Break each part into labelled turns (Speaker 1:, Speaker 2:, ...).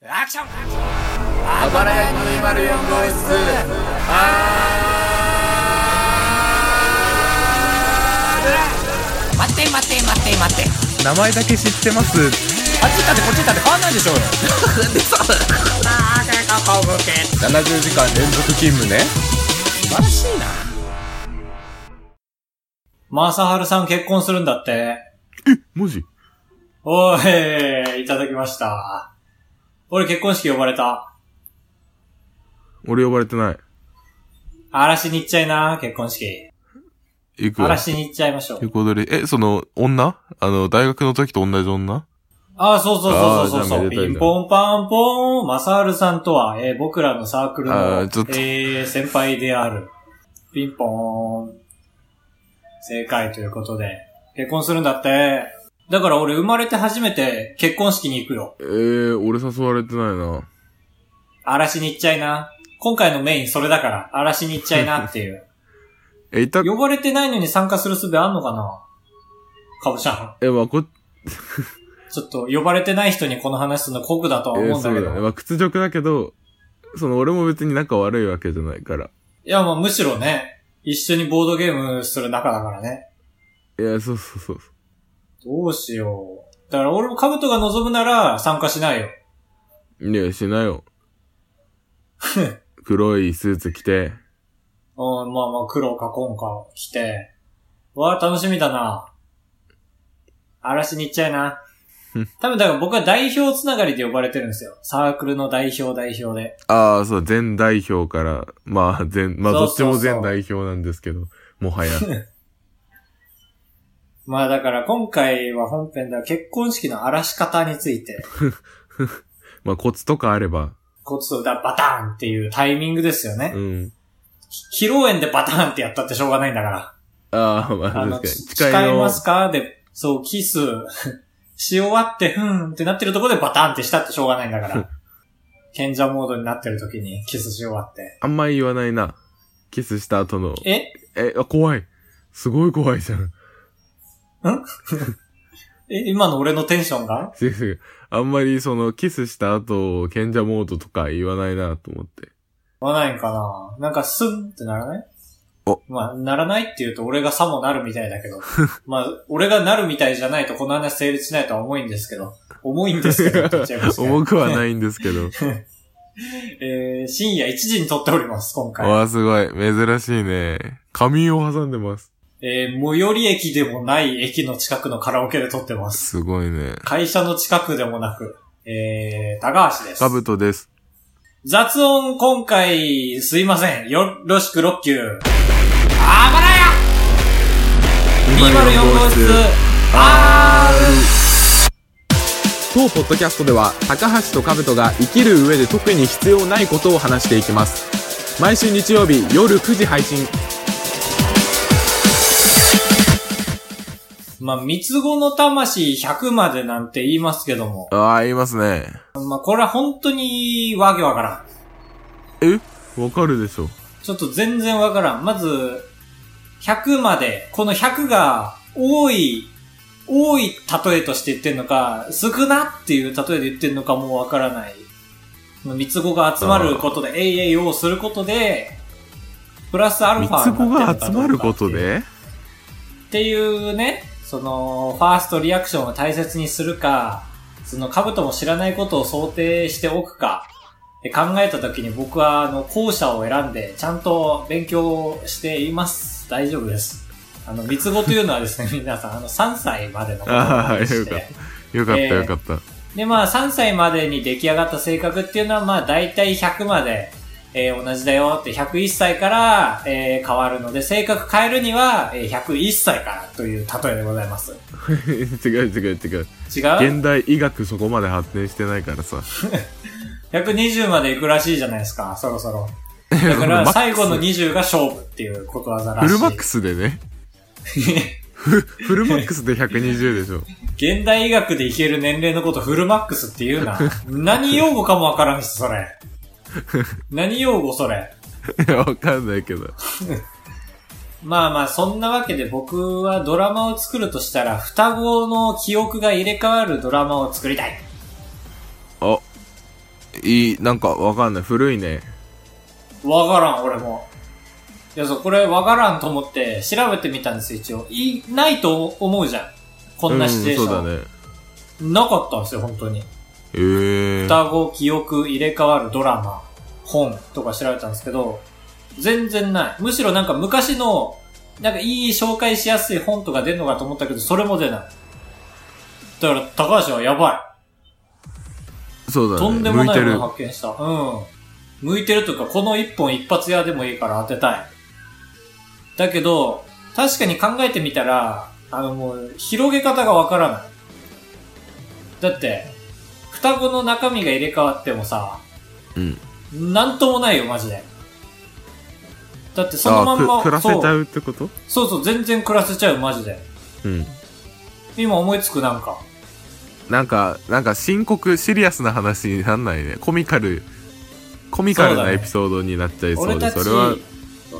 Speaker 1: アクション
Speaker 2: あばらや204号室
Speaker 1: 待って待って待って待って
Speaker 3: 名前だけ知ってます
Speaker 1: あっち行ったってこっち行ったって変わんないでしょうよあー結構向け
Speaker 3: 70時間連続勤務ね
Speaker 1: 素晴らしいな
Speaker 4: マサハルさん結婚するんだって。
Speaker 3: マジ
Speaker 4: おーい、いただきました。俺結婚式呼ばれた。
Speaker 3: 俺呼ばれてない
Speaker 4: 嵐に行っちゃいな、結婚式。
Speaker 3: 行くわ
Speaker 4: 嵐に行っちゃいましょ
Speaker 3: 横
Speaker 4: う。
Speaker 3: 取りえその女あの大学の時と同じ女
Speaker 4: ああ、そうそうそうそうそう
Speaker 3: あ
Speaker 4: そ
Speaker 3: ー
Speaker 4: う。
Speaker 3: じゃあめでたい
Speaker 4: ピ
Speaker 3: な
Speaker 4: ンポンパンポン、マサハルさんとは、えー僕らのサークル
Speaker 3: あ
Speaker 4: の
Speaker 3: ーちょっ、と
Speaker 4: えー先輩である。ピンポーン。正解ということで、結婚するんだって。だから俺生まれて初めて結婚式に行くよ。
Speaker 3: えー、俺誘われてないな
Speaker 4: 嵐に行っちゃいな。今回のメインそれだから、嵐に行っちゃいなって いう。
Speaker 3: えいた
Speaker 4: 呼ばれてないのに参加する術あんのかなかぼちゃん。
Speaker 3: えまあこ
Speaker 4: ちょっと呼ばれてない人にこの話するの酷だとは
Speaker 3: えー
Speaker 4: 思うん
Speaker 3: そ
Speaker 4: だけ
Speaker 3: う
Speaker 4: ど。
Speaker 3: だねまあ屈辱だけどその俺も別に仲悪いわけじゃないから
Speaker 4: いや、まあむしろね、一緒にボードゲームする仲だからね。
Speaker 3: いやそうそうそう
Speaker 4: どうしよう。だから俺もカブトが望むなら参加しないよ。
Speaker 3: いや、し なよ。黒いスーツ着て、
Speaker 4: うん、まあまあ黒か紺か着て。わあ、楽しみだな。嵐に行っちゃいな
Speaker 3: うん。
Speaker 4: 多分だから僕は代表つながりで呼ばれてるんですよ。サークルの代表代表で。
Speaker 3: ああ、そう、前代表から、まあ、前、まあ、
Speaker 4: そ
Speaker 3: ど
Speaker 4: う
Speaker 3: っち
Speaker 4: そうそう
Speaker 3: も前代表なんですけど、もは や。
Speaker 4: まあだから今回は本編では結婚式の荒らし方について、
Speaker 3: まあ、コツとかあれば、
Speaker 4: コツをだバターンっていうタイミングですよね
Speaker 3: う。ん。
Speaker 4: 披露宴でバターンってやったってしょうがないんだから。
Speaker 3: ああ、まあ、
Speaker 4: あ
Speaker 3: 確
Speaker 4: の、
Speaker 3: かに。
Speaker 4: 誓いますかで、そう、キス し終わって、ふーんってなってるところでバターンってしたってしょうがないんだから。賢者モードになってる時にキスし終わって。
Speaker 3: あんまり言わないな。キスした後の。
Speaker 4: え
Speaker 3: え、あ、怖い。すごい怖いじゃん。
Speaker 4: え、今の俺のテンションが
Speaker 3: 違う違うあんまり、その、キスした後、賢者モードとか言わないなと思って。
Speaker 4: 合わないんかななんかスンってならない
Speaker 3: お
Speaker 4: まあ、ならないって言うと俺がさもなるみたいだけど。 まあ、俺がなるみたいじゃないとこの話成立しないとは思いんですけど。重いんですけどって言っちゃいましたね、
Speaker 3: 重くはないんですけど。
Speaker 4: えー、深夜1時に撮っております、今回。
Speaker 3: わあ、すごい。珍しいね。仮眠を挟んでます。
Speaker 4: えー、最寄り駅でもない駅の近くのカラオケで撮ってます。
Speaker 3: すごいね。
Speaker 4: 会社の近くでもなく、えー、高橋です
Speaker 3: カ。ブトです。
Speaker 4: 雑音今回、すいません。よろしく6級。
Speaker 1: あばらや204号室
Speaker 5: 当ポッドキャストでは高橋と兜が生きる上で特に必要ないことを話していきます毎週日曜日夜9時配信
Speaker 4: まあ、三つ子の魂100までなんて言いますけども。
Speaker 3: ああ、言いますね。
Speaker 4: まあ、これは本当にわけわからん。
Speaker 3: えわかるでしょ。
Speaker 4: ちょっと全然わからん。まず、100まで、この100が多い、多い例えとして言ってんのか、少なっていう例えで言ってんのかもわからない。三つ子が集まることで、えいえいをすることで、プラスアル
Speaker 3: 三
Speaker 4: ファ
Speaker 3: つ
Speaker 4: にな
Speaker 3: 子
Speaker 4: ってのか
Speaker 3: が
Speaker 4: どうか
Speaker 3: 集まることで
Speaker 4: っていうね、その、ファーストリアクションを大切にするか、その、カブトも知らないことを想定しておくか、で考えた時に僕は、あの、校舎を選んで、ちゃんと勉強しています。大丈夫です。あの、三つ子というのはですね、皆さん、あの、3歳までのことを
Speaker 3: あー
Speaker 4: 話し、
Speaker 3: よかってよかった
Speaker 4: えー
Speaker 3: よかった。
Speaker 4: で、まあ、3歳までに出来上がった性格っていうのは、まあ、大体100まで、えー同じだよって、101歳から、えー変わるので、性格変えるには、えー101歳からという例えでございます。
Speaker 3: 違う違う違う。
Speaker 4: 違う
Speaker 3: 現代医学そこまで発展してないからさ。
Speaker 4: ?120 まで行くらしいじゃないですか、そろそ ろ。だか
Speaker 3: マック
Speaker 4: ら、
Speaker 3: ス
Speaker 4: 最後の20が勝負っていうことわざらし
Speaker 3: フル
Speaker 4: い。
Speaker 3: マックスで ね。フルマックスで120でしょ。
Speaker 4: 現代医学でいける年齢のことフルマックスって 言うな。何用語かもわからんし、それ。何用語それ。
Speaker 3: いや、わかんないけど。
Speaker 4: まあまあ、そんなわけで僕はドラマを作るとしたら、双子の記憶が入れ替わるドラマを作りたい。
Speaker 3: あ、いい、なんかわかんない。古いね。
Speaker 4: わからん、俺も。いや、そう、これわからんと思って調べてみたんですよ、一応。い、ないと思うじゃん。こんなシチュエーション。
Speaker 3: うん、そうだね。
Speaker 4: なかったんですよ、本当に。
Speaker 3: ええー。
Speaker 4: 双子、記憶、入れ替わるドラマ、本とか調べたんですけど、全然ない。むしろなんか昔の、なんかいい紹介しやすい本とか出るのかと思ったけど、それも出ない。だから、高橋はやば
Speaker 3: そう
Speaker 4: い。
Speaker 3: だね。
Speaker 4: とんでもないも
Speaker 3: 向いてる
Speaker 4: のを発見した。うん。向いてるというか、この一本一発屋でもいいから当てたい。だけど、確かに考えてみたら、あのもう、広げ方がわからない。だって、双子の中身が入れ替わってもさ、
Speaker 3: うん。
Speaker 4: なんともないよ、マジで。だってそのまん
Speaker 3: あ
Speaker 4: ま、
Speaker 3: く暮らせちゃ
Speaker 4: そう
Speaker 3: うってこと
Speaker 4: そうそう、全然暮らせちゃう、マジで。
Speaker 3: うん。
Speaker 4: 今思いつく、なんか。
Speaker 3: なんか、なんか深刻、シリアスな話になんないね。コミカル、コミカル
Speaker 4: そうだ
Speaker 3: な
Speaker 4: ね
Speaker 3: エピソードになっちゃいそうで、
Speaker 4: 俺たち
Speaker 3: それは、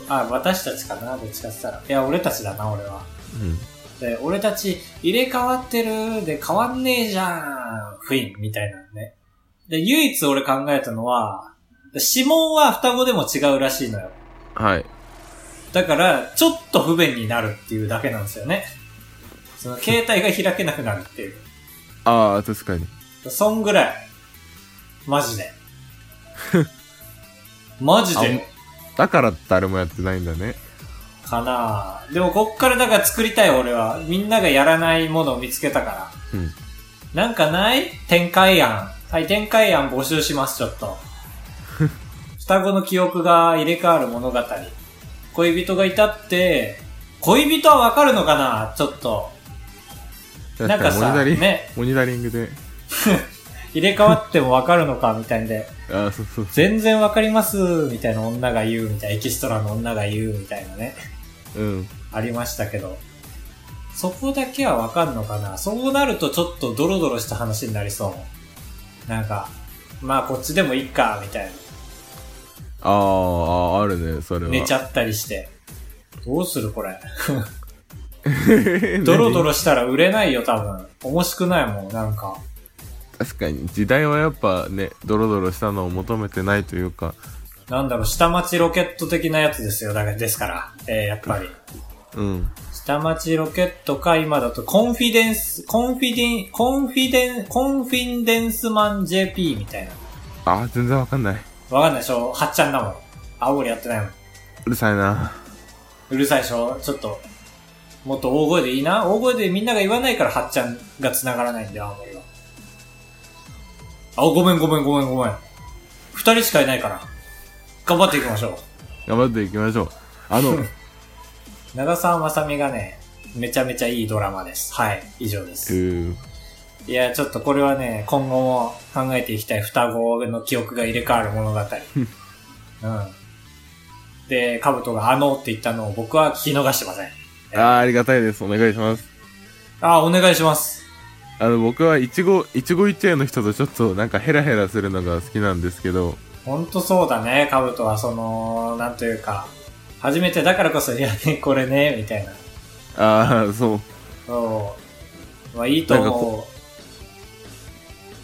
Speaker 4: あ、私たちかな、どっちかって言ったら。いや、俺たちだな、俺は。
Speaker 3: うん。
Speaker 4: で、俺たち、入れ替わってる、で、変わんねえじゃん、フィン、みたいなのね。で、唯一俺考えたのは、指紋は双子でも違うらしいのよ。
Speaker 3: はい。
Speaker 4: だから、ちょっと不便になるっていうだけなんですよね。その、携帯が開けなくなるっていう。
Speaker 3: ああ、確かに。
Speaker 4: そんぐらい。マジで。マジで
Speaker 3: だから誰もやってないんだね。
Speaker 4: かなぁでもこっからだから作りたい俺は。みんながやらないものを見つけたから。
Speaker 3: うん。
Speaker 4: なんかない展開案。はい、展開案募集します、ちょっと。双子の記憶が入れ替わる物語。恋人がいたって、恋人はわかるのかなちょっと。なんか
Speaker 3: モニタ
Speaker 4: さ、
Speaker 3: リング、
Speaker 4: ね、
Speaker 3: モニタリングで。
Speaker 4: 入れ替わってもわかるのかみたいんで。
Speaker 3: ああ、そうそう。
Speaker 4: 全然わかります、みたいな女が言う、みたいな、エキストラの女が言う、みたいなね、
Speaker 3: うん。
Speaker 4: ありましたけど。そこだけはわかんのかなそうなるとちょっとドロドロした話になりそう。なんか、まあこっちでもいいか、みたい
Speaker 3: あーあー、あるね、それ
Speaker 4: な。
Speaker 3: は。
Speaker 4: 寝ちゃったりして。どうするこれ。
Speaker 3: ド
Speaker 4: ドロドロしたら売れないよ、多分。面しくないもん、なんか。
Speaker 3: 確かに時代はやっぱねドロドロしたのを求めてないというか
Speaker 4: なんだろう、下町ロケット的なやつですよ、だから、ですから。えーやっぱり。
Speaker 3: うん
Speaker 4: 下町ロケットか、今だと、コンフィデンス、コンフィデン、コンフィデン、コンフィデンスマン JP みたいな。
Speaker 3: あー全然わかんない
Speaker 4: わかんないでしょはっちゃんだもん。青森やってないもん。
Speaker 3: うるさいな
Speaker 4: うるさいでしょちょっと、もっと大声でいいな大声でみんなが言わないから、はっちゃんが繋がらないんだよ、青森は。あ、ごめんごめんごめんごめん。二人しかいないから。頑張っていきましょ
Speaker 3: 頑張っていきましょうあの
Speaker 4: う。長澤まさみがね、めちゃめちゃいいドラマです。はい、以上です。
Speaker 3: うん
Speaker 4: いや、ちょっとこれはね、今後も考えていきたい双子の記憶が入れ替わる物語。うん。で、カブトがあのって言ったのを僕は聞き逃してません。
Speaker 3: あーありがたいですお願いします
Speaker 4: ああ、お願いします。
Speaker 3: あの僕はいちご一期一会の人とちょっとなんかヘラヘラするのが好きなんですけど
Speaker 4: ほんとそうだね、カブトはその、なんというか、初めてだからこそ、いやね、これね、みたいな。
Speaker 3: ああそう
Speaker 4: そう。まあいいと
Speaker 3: なんか
Speaker 4: 思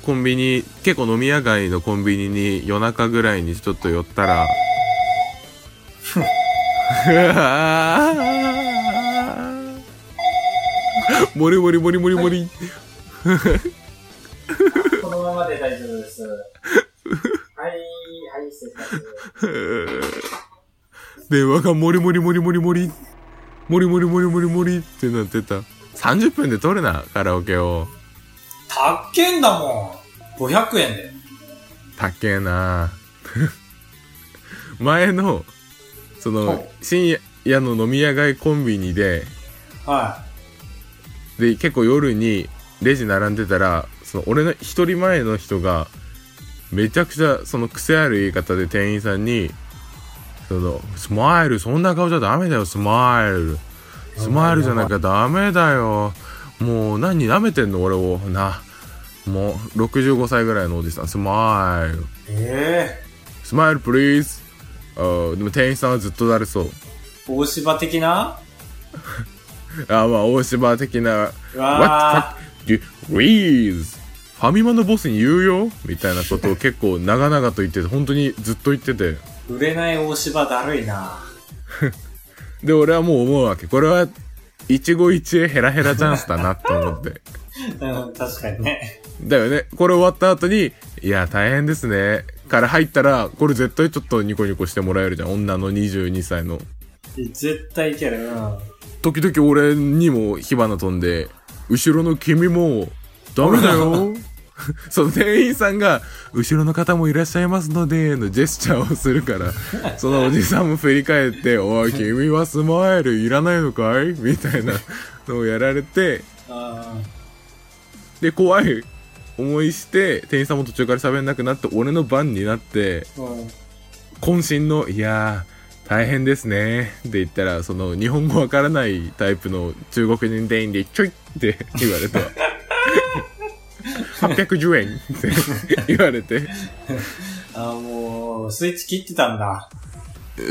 Speaker 3: コンビニ結構飲み屋街のコンビニに夜中ぐらいにちょっと寄ったらもりもりもりもりもり
Speaker 4: う。このままで大丈夫です。はい、はい、失礼します。
Speaker 3: 電話がもりもりもりもりもりもりもりもりもりもりってなってた30分で撮るなカラオケを
Speaker 4: たっけんだもん !500 円で。
Speaker 3: たけえな前のその深夜の飲み屋街コンビニで
Speaker 4: は
Speaker 3: で結構夜にレジ並んでたらその俺の一人前の人がめちゃくちゃその癖ある言い方で店員さんに「そのスマイルそんな顔じゃダメだよスマイルスマイルじゃなきゃダメだよもう何舐めてんの俺をなもう65歳ぐらいのおじさんスマイル
Speaker 4: い。ええ
Speaker 3: スマイルプリーズ」あーでも店員さんはずっとだるそう
Speaker 4: 大芝的な
Speaker 3: あーまあ大芝的な
Speaker 4: うわ
Speaker 3: What the fuck? Do- Please, ファミマのボスに言うよみたいなことを結構長々と言ってて、本当にずっと言ってて。
Speaker 4: 売れない大芝だるいな
Speaker 3: で、俺はもう思うわけ。これは、一期一会ヘラヘラチャンスだなと思って。
Speaker 4: うん、確かにね。
Speaker 3: だよね。これ終わった後に、いや、大変ですね。から入ったら、これ絶対ちょっとニコニコしてもらえるじゃん。女の22歳の。
Speaker 4: 絶対いける。うん。
Speaker 3: 時々俺にも火花飛んで、後ろの君も、ダメだよ。その店員さんが、後ろの方もいらっしゃいますので、のジェスチャーをするから、そのおじさんも振り返って、おい、君はスマイルいらないのかいみたいなのをやられて、
Speaker 4: あ
Speaker 3: で、怖い思いして、店員さんも途中から喋んなくなって、俺の番になって、
Speaker 4: ーうん。
Speaker 3: 渾身の、いやー、大変ですね。って言ったら、その、日本語わからないタイプの中国人店員で、ちょいって言われて、810円って言われて、
Speaker 4: あーもう、スイッチ切ってたんだ。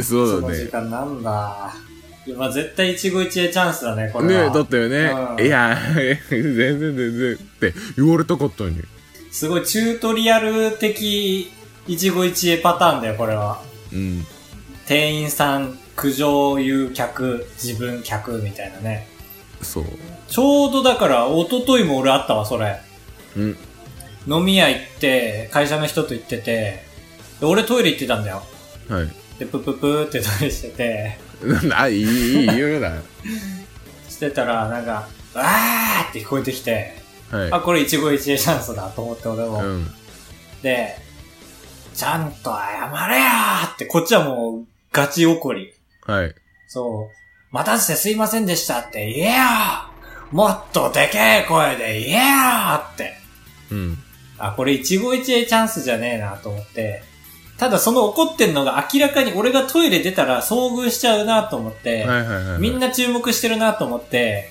Speaker 3: そうだ
Speaker 4: の
Speaker 3: ね
Speaker 4: 時。間なんだ。いやまあ絶対一期一会チャンスだね、これ
Speaker 3: ね
Speaker 4: は。
Speaker 3: え、だったよ
Speaker 4: うん
Speaker 3: ね。いやー、全然全然って言われたかったのに。
Speaker 4: すごいチュートリアル的一期一会パターンだよ、これは。
Speaker 3: うん。
Speaker 4: 店員さん、苦情言う客、自分客みたいなね。
Speaker 3: そう。
Speaker 4: ちょうどだから、一昨日も俺あったわ、それ。
Speaker 3: うん。
Speaker 4: 飲み屋行って、会社の人と行ってて、で俺トイレ行ってたんだよ。
Speaker 3: はい。
Speaker 4: で、プップップーってトイレしてて、
Speaker 3: なんだ、あいい、いい、言うよな。
Speaker 4: してたら、なんか、あーって聞こえてきて、あ、
Speaker 3: は
Speaker 4: これ一期一会チャンスだと思って
Speaker 3: い。
Speaker 4: 俺も。
Speaker 3: うん。
Speaker 4: で、ちゃんと謝れやーって、こっちはもう、ガチ怒り。
Speaker 3: はい。
Speaker 4: そう。待たせてすいませんでしたって言えよもっとでけえ声で言えよって。
Speaker 3: うん。
Speaker 4: あ、これ一期一会チャンスじゃねえなと思って。ただその怒ってんのが明らかに俺がトイレ出たら遭遇しちゃうなと思って、
Speaker 3: はいはいはいはい。
Speaker 4: みんな注目してるなと思って、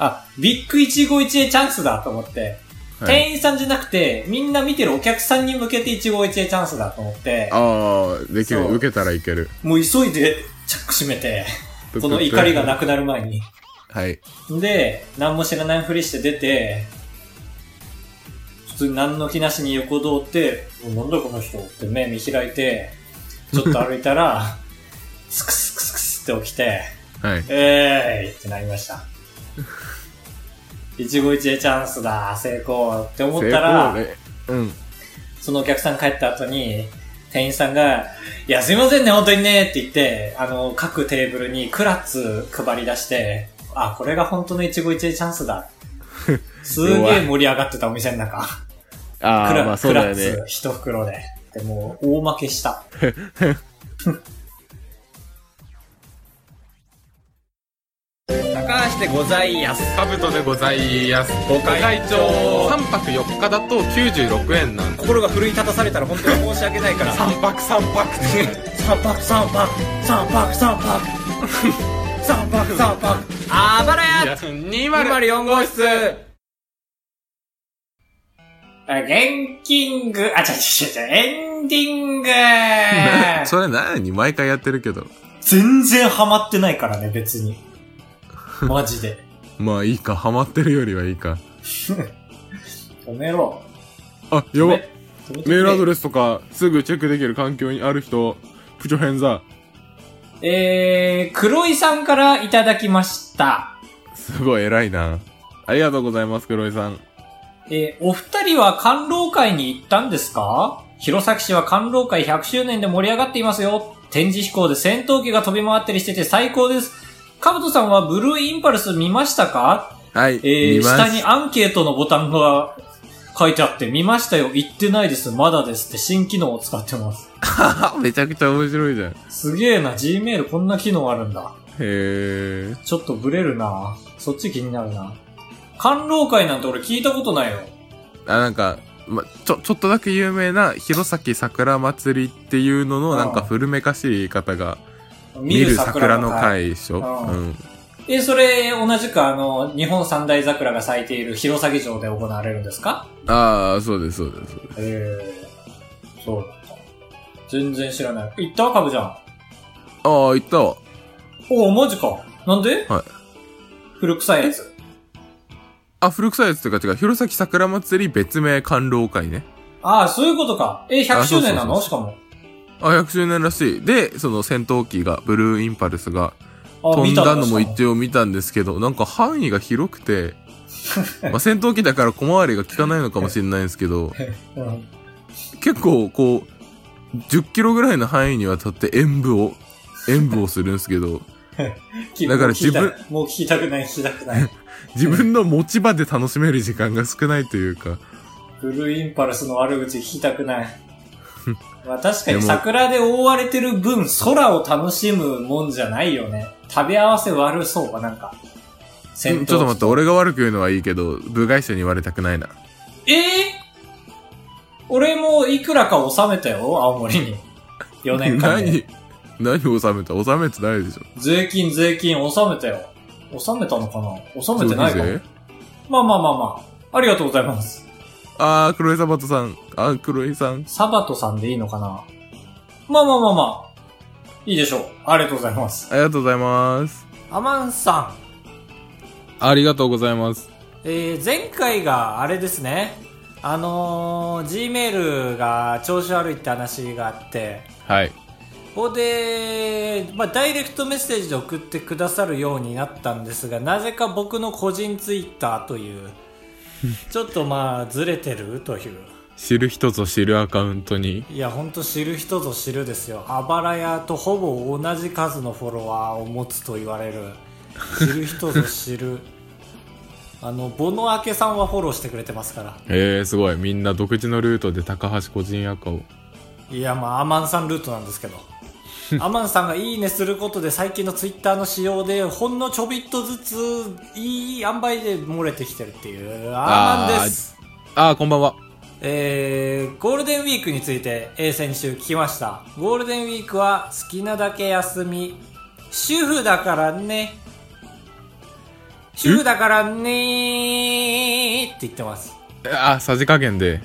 Speaker 4: あ、ビッグ一期一会チャンスだと思って、
Speaker 3: はい、
Speaker 4: 店員さんじゃなくて、みんな見てるお客さんに向けて一期一会チャンスだと思って、
Speaker 3: ああ、できる
Speaker 4: そ。う
Speaker 3: 受けたらいける。
Speaker 4: もう急いでチャック閉めて、この怒りがなくなる前に。
Speaker 3: はい。
Speaker 4: で、何も知らないふりして出て、普通に何の気なしに横通って、もうなんだこの人って目見開いて、ちょっと歩いたら、 スクスクスクスって起きて、
Speaker 3: はい。
Speaker 4: えーいってなり ました。一期一会チャンスだ、成功って思ったら、
Speaker 3: 成功ねうん。
Speaker 4: そのお客さん帰った後に、店員さんが、いや、すいませんね、本当にね、って言って、あの、各テーブルにクラッツ配り出して、あ、これが本当の一期一会チャンスだ。 すげえ盛り上がってたお店の中。
Speaker 3: あ
Speaker 4: ク
Speaker 3: あ、
Speaker 4: ラ,、
Speaker 3: まあそ
Speaker 4: ク
Speaker 3: う
Speaker 4: ラ
Speaker 3: だよ
Speaker 4: ッ
Speaker 3: ね
Speaker 4: ツ。一袋で。でもう、大負けした。
Speaker 1: 高橋でございやす。
Speaker 5: カブトでございます。ご
Speaker 1: 会長
Speaker 5: 3泊4日だと96円なんで
Speaker 1: 心が奮い立たされたら本当に申し訳ないから。三泊三泊三泊三泊三泊三泊三泊三泊あばらや
Speaker 5: 204号室
Speaker 4: あ現金グ、あ、違う違う違う、エンディング
Speaker 3: それ何毎回やってるけど。
Speaker 4: 全然ハマってないからね、別に。マジで。
Speaker 3: まあいいか、ハマってるよりはいいか。
Speaker 4: 止めろ。
Speaker 3: あ、やば。
Speaker 4: ね止めてく
Speaker 3: メ
Speaker 4: れ
Speaker 3: ールアドレスとか、すぐチェックできる環境にある人、プチョヘンザ。
Speaker 4: えー、黒井さんからいただきました。
Speaker 3: すごい偉いな。ありがとうございます、黒井さん。
Speaker 4: えー、お二人は官老会に行ったんですか弘前市は官老会100周年で盛り上がっていますよ。展示飛行で戦闘機が飛び回ったりしてて最高です。カブトさんはブルーインパルス見ましたか
Speaker 3: はい。
Speaker 4: えー、
Speaker 3: 見ます
Speaker 4: 下にアンケートのボタンが書いてあって、見ましたよ、行ってないです、まだですって新機能を使ってます。
Speaker 3: あ、 めちゃくちゃ面白いじゃん。へ
Speaker 4: すげえな、Gmail こんな機能あるんだ。
Speaker 3: え。
Speaker 4: ちょっとブレるなそっち気になるな官老会なんて俺聞いたことないよ。
Speaker 3: あ、なんか、ま、ちょ、ちょっとだけ有名な、弘前桜祭りっていうのの、なんか古めかしい言い方が、見る桜の。会でしょ
Speaker 4: ああ
Speaker 3: うん。
Speaker 4: え、それ、同じくあの、日本三大桜が咲いている弘前城で行われるんですか
Speaker 3: ああ、そうです、そうです。そうです
Speaker 4: ええそうだった。全然知らない。行ったカブちゃん。
Speaker 3: ああ、行ったわ。
Speaker 4: おお、マジか。なんで
Speaker 3: はい
Speaker 4: 古臭いやつ。
Speaker 3: あ、古臭いやつというか違う。弘前桜祭り別名観浪会ね。
Speaker 6: ああ、そういうことか。え、100周年なの
Speaker 3: あ
Speaker 6: しかも。
Speaker 3: あ、100周年らしい。で、その戦闘機が、ブルーインパルスが
Speaker 6: あ
Speaker 3: 飛んだのも
Speaker 6: 見たんだしか
Speaker 3: 一応見たんですけど、なんか範囲が広くて、まあ戦闘機だから小回りが効かないのかもしれないんですけど、
Speaker 6: うん
Speaker 3: 結構こう、10キロぐらいの範囲にわたって演舞を、演舞をするんです けど、だから自分
Speaker 6: もう聞きたもう聞きたくない、聞きたくない。
Speaker 3: 自分の持ち場で楽しめる時間が少ないというか、
Speaker 6: ブルーインパルスの悪口聞きたく ない。まあ確か
Speaker 3: で
Speaker 6: に
Speaker 3: も
Speaker 6: 桜で覆われてる分、空を楽しむもんじゃないよね。食べ合わせ悪そうか、なんか。
Speaker 3: ちょ
Speaker 6: 戦
Speaker 3: っ
Speaker 6: 闘
Speaker 3: と待って、俺が悪く言うのはいいけど、部外者に言われたくないな。
Speaker 6: ええ俺もいくらか納めたよ、青森に。4年間で。
Speaker 3: 何、何納めた納めてないでしょ。
Speaker 6: 税金、税金納めたよ。納めたのかな納めてないかも
Speaker 3: 消費税
Speaker 6: まあまあまあまあ。ありがとうございます。
Speaker 3: あー、黒井サバトさん。あー、黒井さん。
Speaker 6: サバトさんでいいのかなまあまあまあまあ。いいでしょう。ありがとうございます。
Speaker 3: ありがとうございます。
Speaker 4: アマンさん、
Speaker 3: ありがとうございます。
Speaker 4: えー、前回があれですねあのー、Gmail が調子悪いって話があって
Speaker 3: はい。
Speaker 4: ここで、まあ、ダイレクトメッセージで送ってくださるようになったんですがなぜか僕の個人ツイッターというちょっとまあずれてるという
Speaker 3: 知る人ぞ知るアカウントに。
Speaker 4: いやほんと知る人ぞ知るですよあばらやとほぼ同じ数のフォロワーを持つと言われる知る人ぞ知るあのボノアケさんはフォローしてくれてますから
Speaker 3: えー、すごい。みんな独自のルートで高橋個人アカを。
Speaker 4: いやまあアマンさんルートなんですけどアマンさんが「いいね」することで最近のツイッターの使用でほんのちょびっとずついい塩梅で漏れてきてるっていうアマンです
Speaker 3: あー、こんばんは。
Speaker 4: えーゴールデンウィークについて、えー先週聞きましたゴールデンウィークは好きなだけ休み主婦だからね主婦だからねーって言ってます
Speaker 3: あー、さじ加減で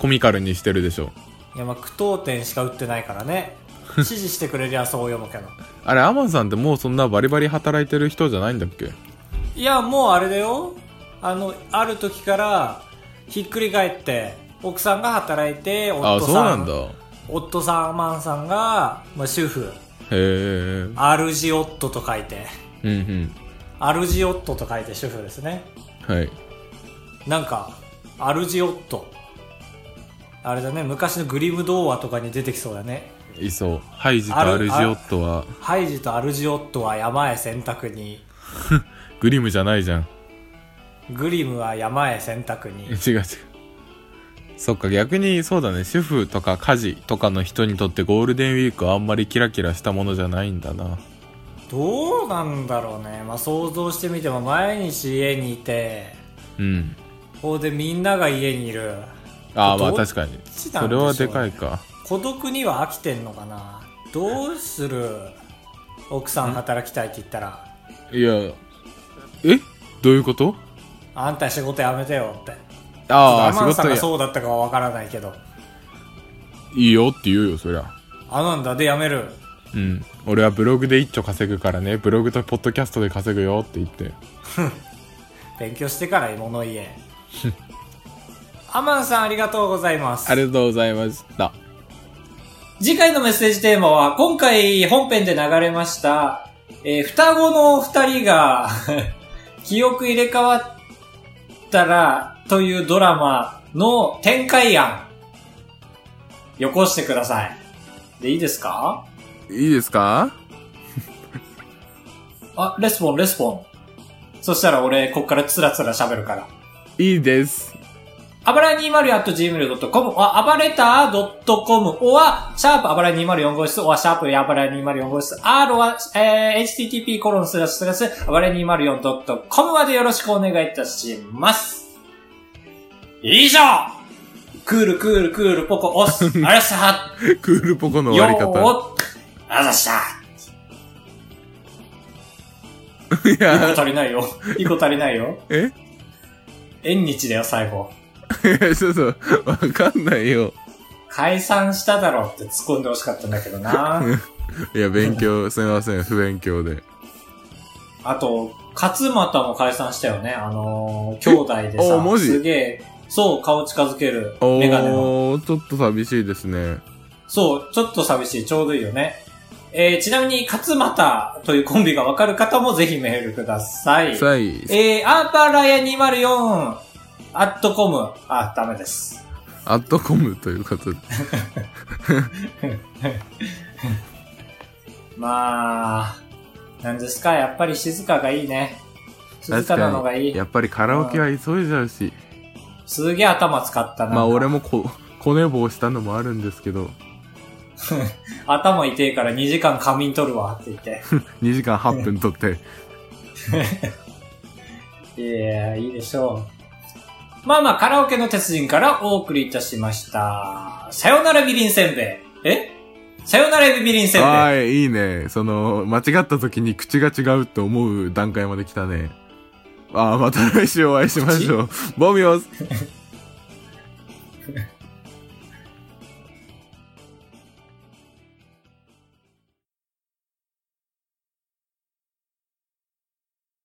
Speaker 3: コミカルにしてるでしょ。
Speaker 4: いやまあ句読点しか打ってないからね指示してくれりゃそう読むけど
Speaker 3: あれ、アマンさんってもうそんなバリバリ働いてる人じゃないんだっけ
Speaker 4: いや、もうあれだよ。あの、ある時から、ひっくり返って、奥さんが働いて、
Speaker 3: あー、
Speaker 4: 夫
Speaker 3: そう
Speaker 4: さ、
Speaker 3: なんんだ。
Speaker 4: 夫さん、アマンさんが、まあ、主婦、
Speaker 3: へー。
Speaker 4: 主夫と書いて、
Speaker 3: うんうん。
Speaker 4: 主夫と書いて主婦ですね。
Speaker 3: はい。
Speaker 4: なんか、主夫。あれだね、昔のグリム童話とかに出てきそうだね。
Speaker 3: いそう。ハイジと
Speaker 4: ある
Speaker 3: アルジオットは、
Speaker 4: ハイジと主夫は山へ洗濯に、
Speaker 3: グリムじゃないじゃん。
Speaker 4: グリムは山へ洗濯に。
Speaker 3: 違う違うそっか逆にそうだね主婦とか家事とかの人にとってゴールデンウィークはあんまりキラキラしたものじゃないんだな
Speaker 4: どうなんだろうね、まあ、想像してみても毎日家にいて
Speaker 3: うん
Speaker 4: ほうでみんなが家にいる
Speaker 3: ああま
Speaker 4: ど
Speaker 3: あ
Speaker 4: う
Speaker 3: 確かに
Speaker 4: ちな
Speaker 3: そ
Speaker 4: んで
Speaker 3: れ
Speaker 4: しょうね
Speaker 3: はでかいか
Speaker 4: 孤独には飽きてんのかなどうする奥さん働きたいって言ったら
Speaker 3: いやえどういうこと
Speaker 4: あんた仕事辞めてよって
Speaker 3: あ
Speaker 4: ア
Speaker 3: あ
Speaker 4: マン
Speaker 3: 仕
Speaker 4: さん
Speaker 3: 事
Speaker 4: が
Speaker 3: や
Speaker 4: そうだったかはわからないけど
Speaker 3: いいよって言うよそりゃ
Speaker 4: あなんだで辞める
Speaker 3: うん俺はブログで一丁稼ぐからねブログとポッドキャストで稼ぐよって言って
Speaker 4: 勉強してから物言 えアマンさんありがとうございます
Speaker 3: ありがとうございました
Speaker 6: 次回のメッセージテーマは、今回本編で流れました、えー双子の二人が、 記憶入れ替わったら、というドラマの展開案、よこしてください。で、いいですか
Speaker 3: いいですか
Speaker 6: あ、レスポン、レスポン。そしたら俺、こっからつらつら喋るから。
Speaker 3: いいです
Speaker 6: あばら 204.gmail.com、あ、あばれた .com、おは、シャープあばら204号室、おは、シャープあばら204号室、R は、えー、http コロンスラススラス、あばら 204.com までよろしくお願いいたします。以上クールクールクールポコオス、ありがとうございました
Speaker 3: クールポコの終
Speaker 6: よ
Speaker 3: わり
Speaker 6: ー
Speaker 3: 方
Speaker 6: おあざした
Speaker 3: い
Speaker 6: 一
Speaker 3: や
Speaker 6: 個足りないよ。一個足りないよ。
Speaker 3: え
Speaker 6: 縁日だよ、最後。
Speaker 3: いやそうそうわかんないよ
Speaker 6: 解散しただろうって突っ込んでほしかったんだけどな。
Speaker 3: いや、勉強、すみません、不勉強で。
Speaker 4: あと、勝俣も解散したよね。あのー、兄弟で
Speaker 3: えあマ
Speaker 4: さ、
Speaker 3: ジ
Speaker 4: すげえ、そう、顔近づける、
Speaker 3: お
Speaker 4: メガネの。
Speaker 3: ー、ちょっと寂しいですね。
Speaker 4: そう、ちょっと寂しい、ちょうどいいよね。えー、ちなみに、勝俣というコンビがわかる方もぜひメールください。
Speaker 3: さい、
Speaker 4: えー、アーバーライア204、アットコム、あ、ダメです。
Speaker 3: アットコムということで。
Speaker 4: まあ、なんですか、やっぱり静かがいいね。静
Speaker 3: 確
Speaker 4: かなの
Speaker 3: か
Speaker 4: がい
Speaker 3: に、
Speaker 4: い
Speaker 3: や。っぱりカラオケは急いじゃうし。
Speaker 4: すげえ頭使ったな。
Speaker 3: まあ俺もこ、 こねぼうしたのもあるんですけど、
Speaker 4: 頭痛いから2時間仮眠取るわって言って。
Speaker 3: 2時間8分撮って、
Speaker 4: いやいいでしょう。まあまあ、カラオケの鉄人からお送りいたしました。さよならビビンせんべい。えさよならビビンせんべい。
Speaker 3: あーいいね。その、間違った時に口が違うと思う段階まで来たね。ああ、また来週お会いしましょう。ボミオス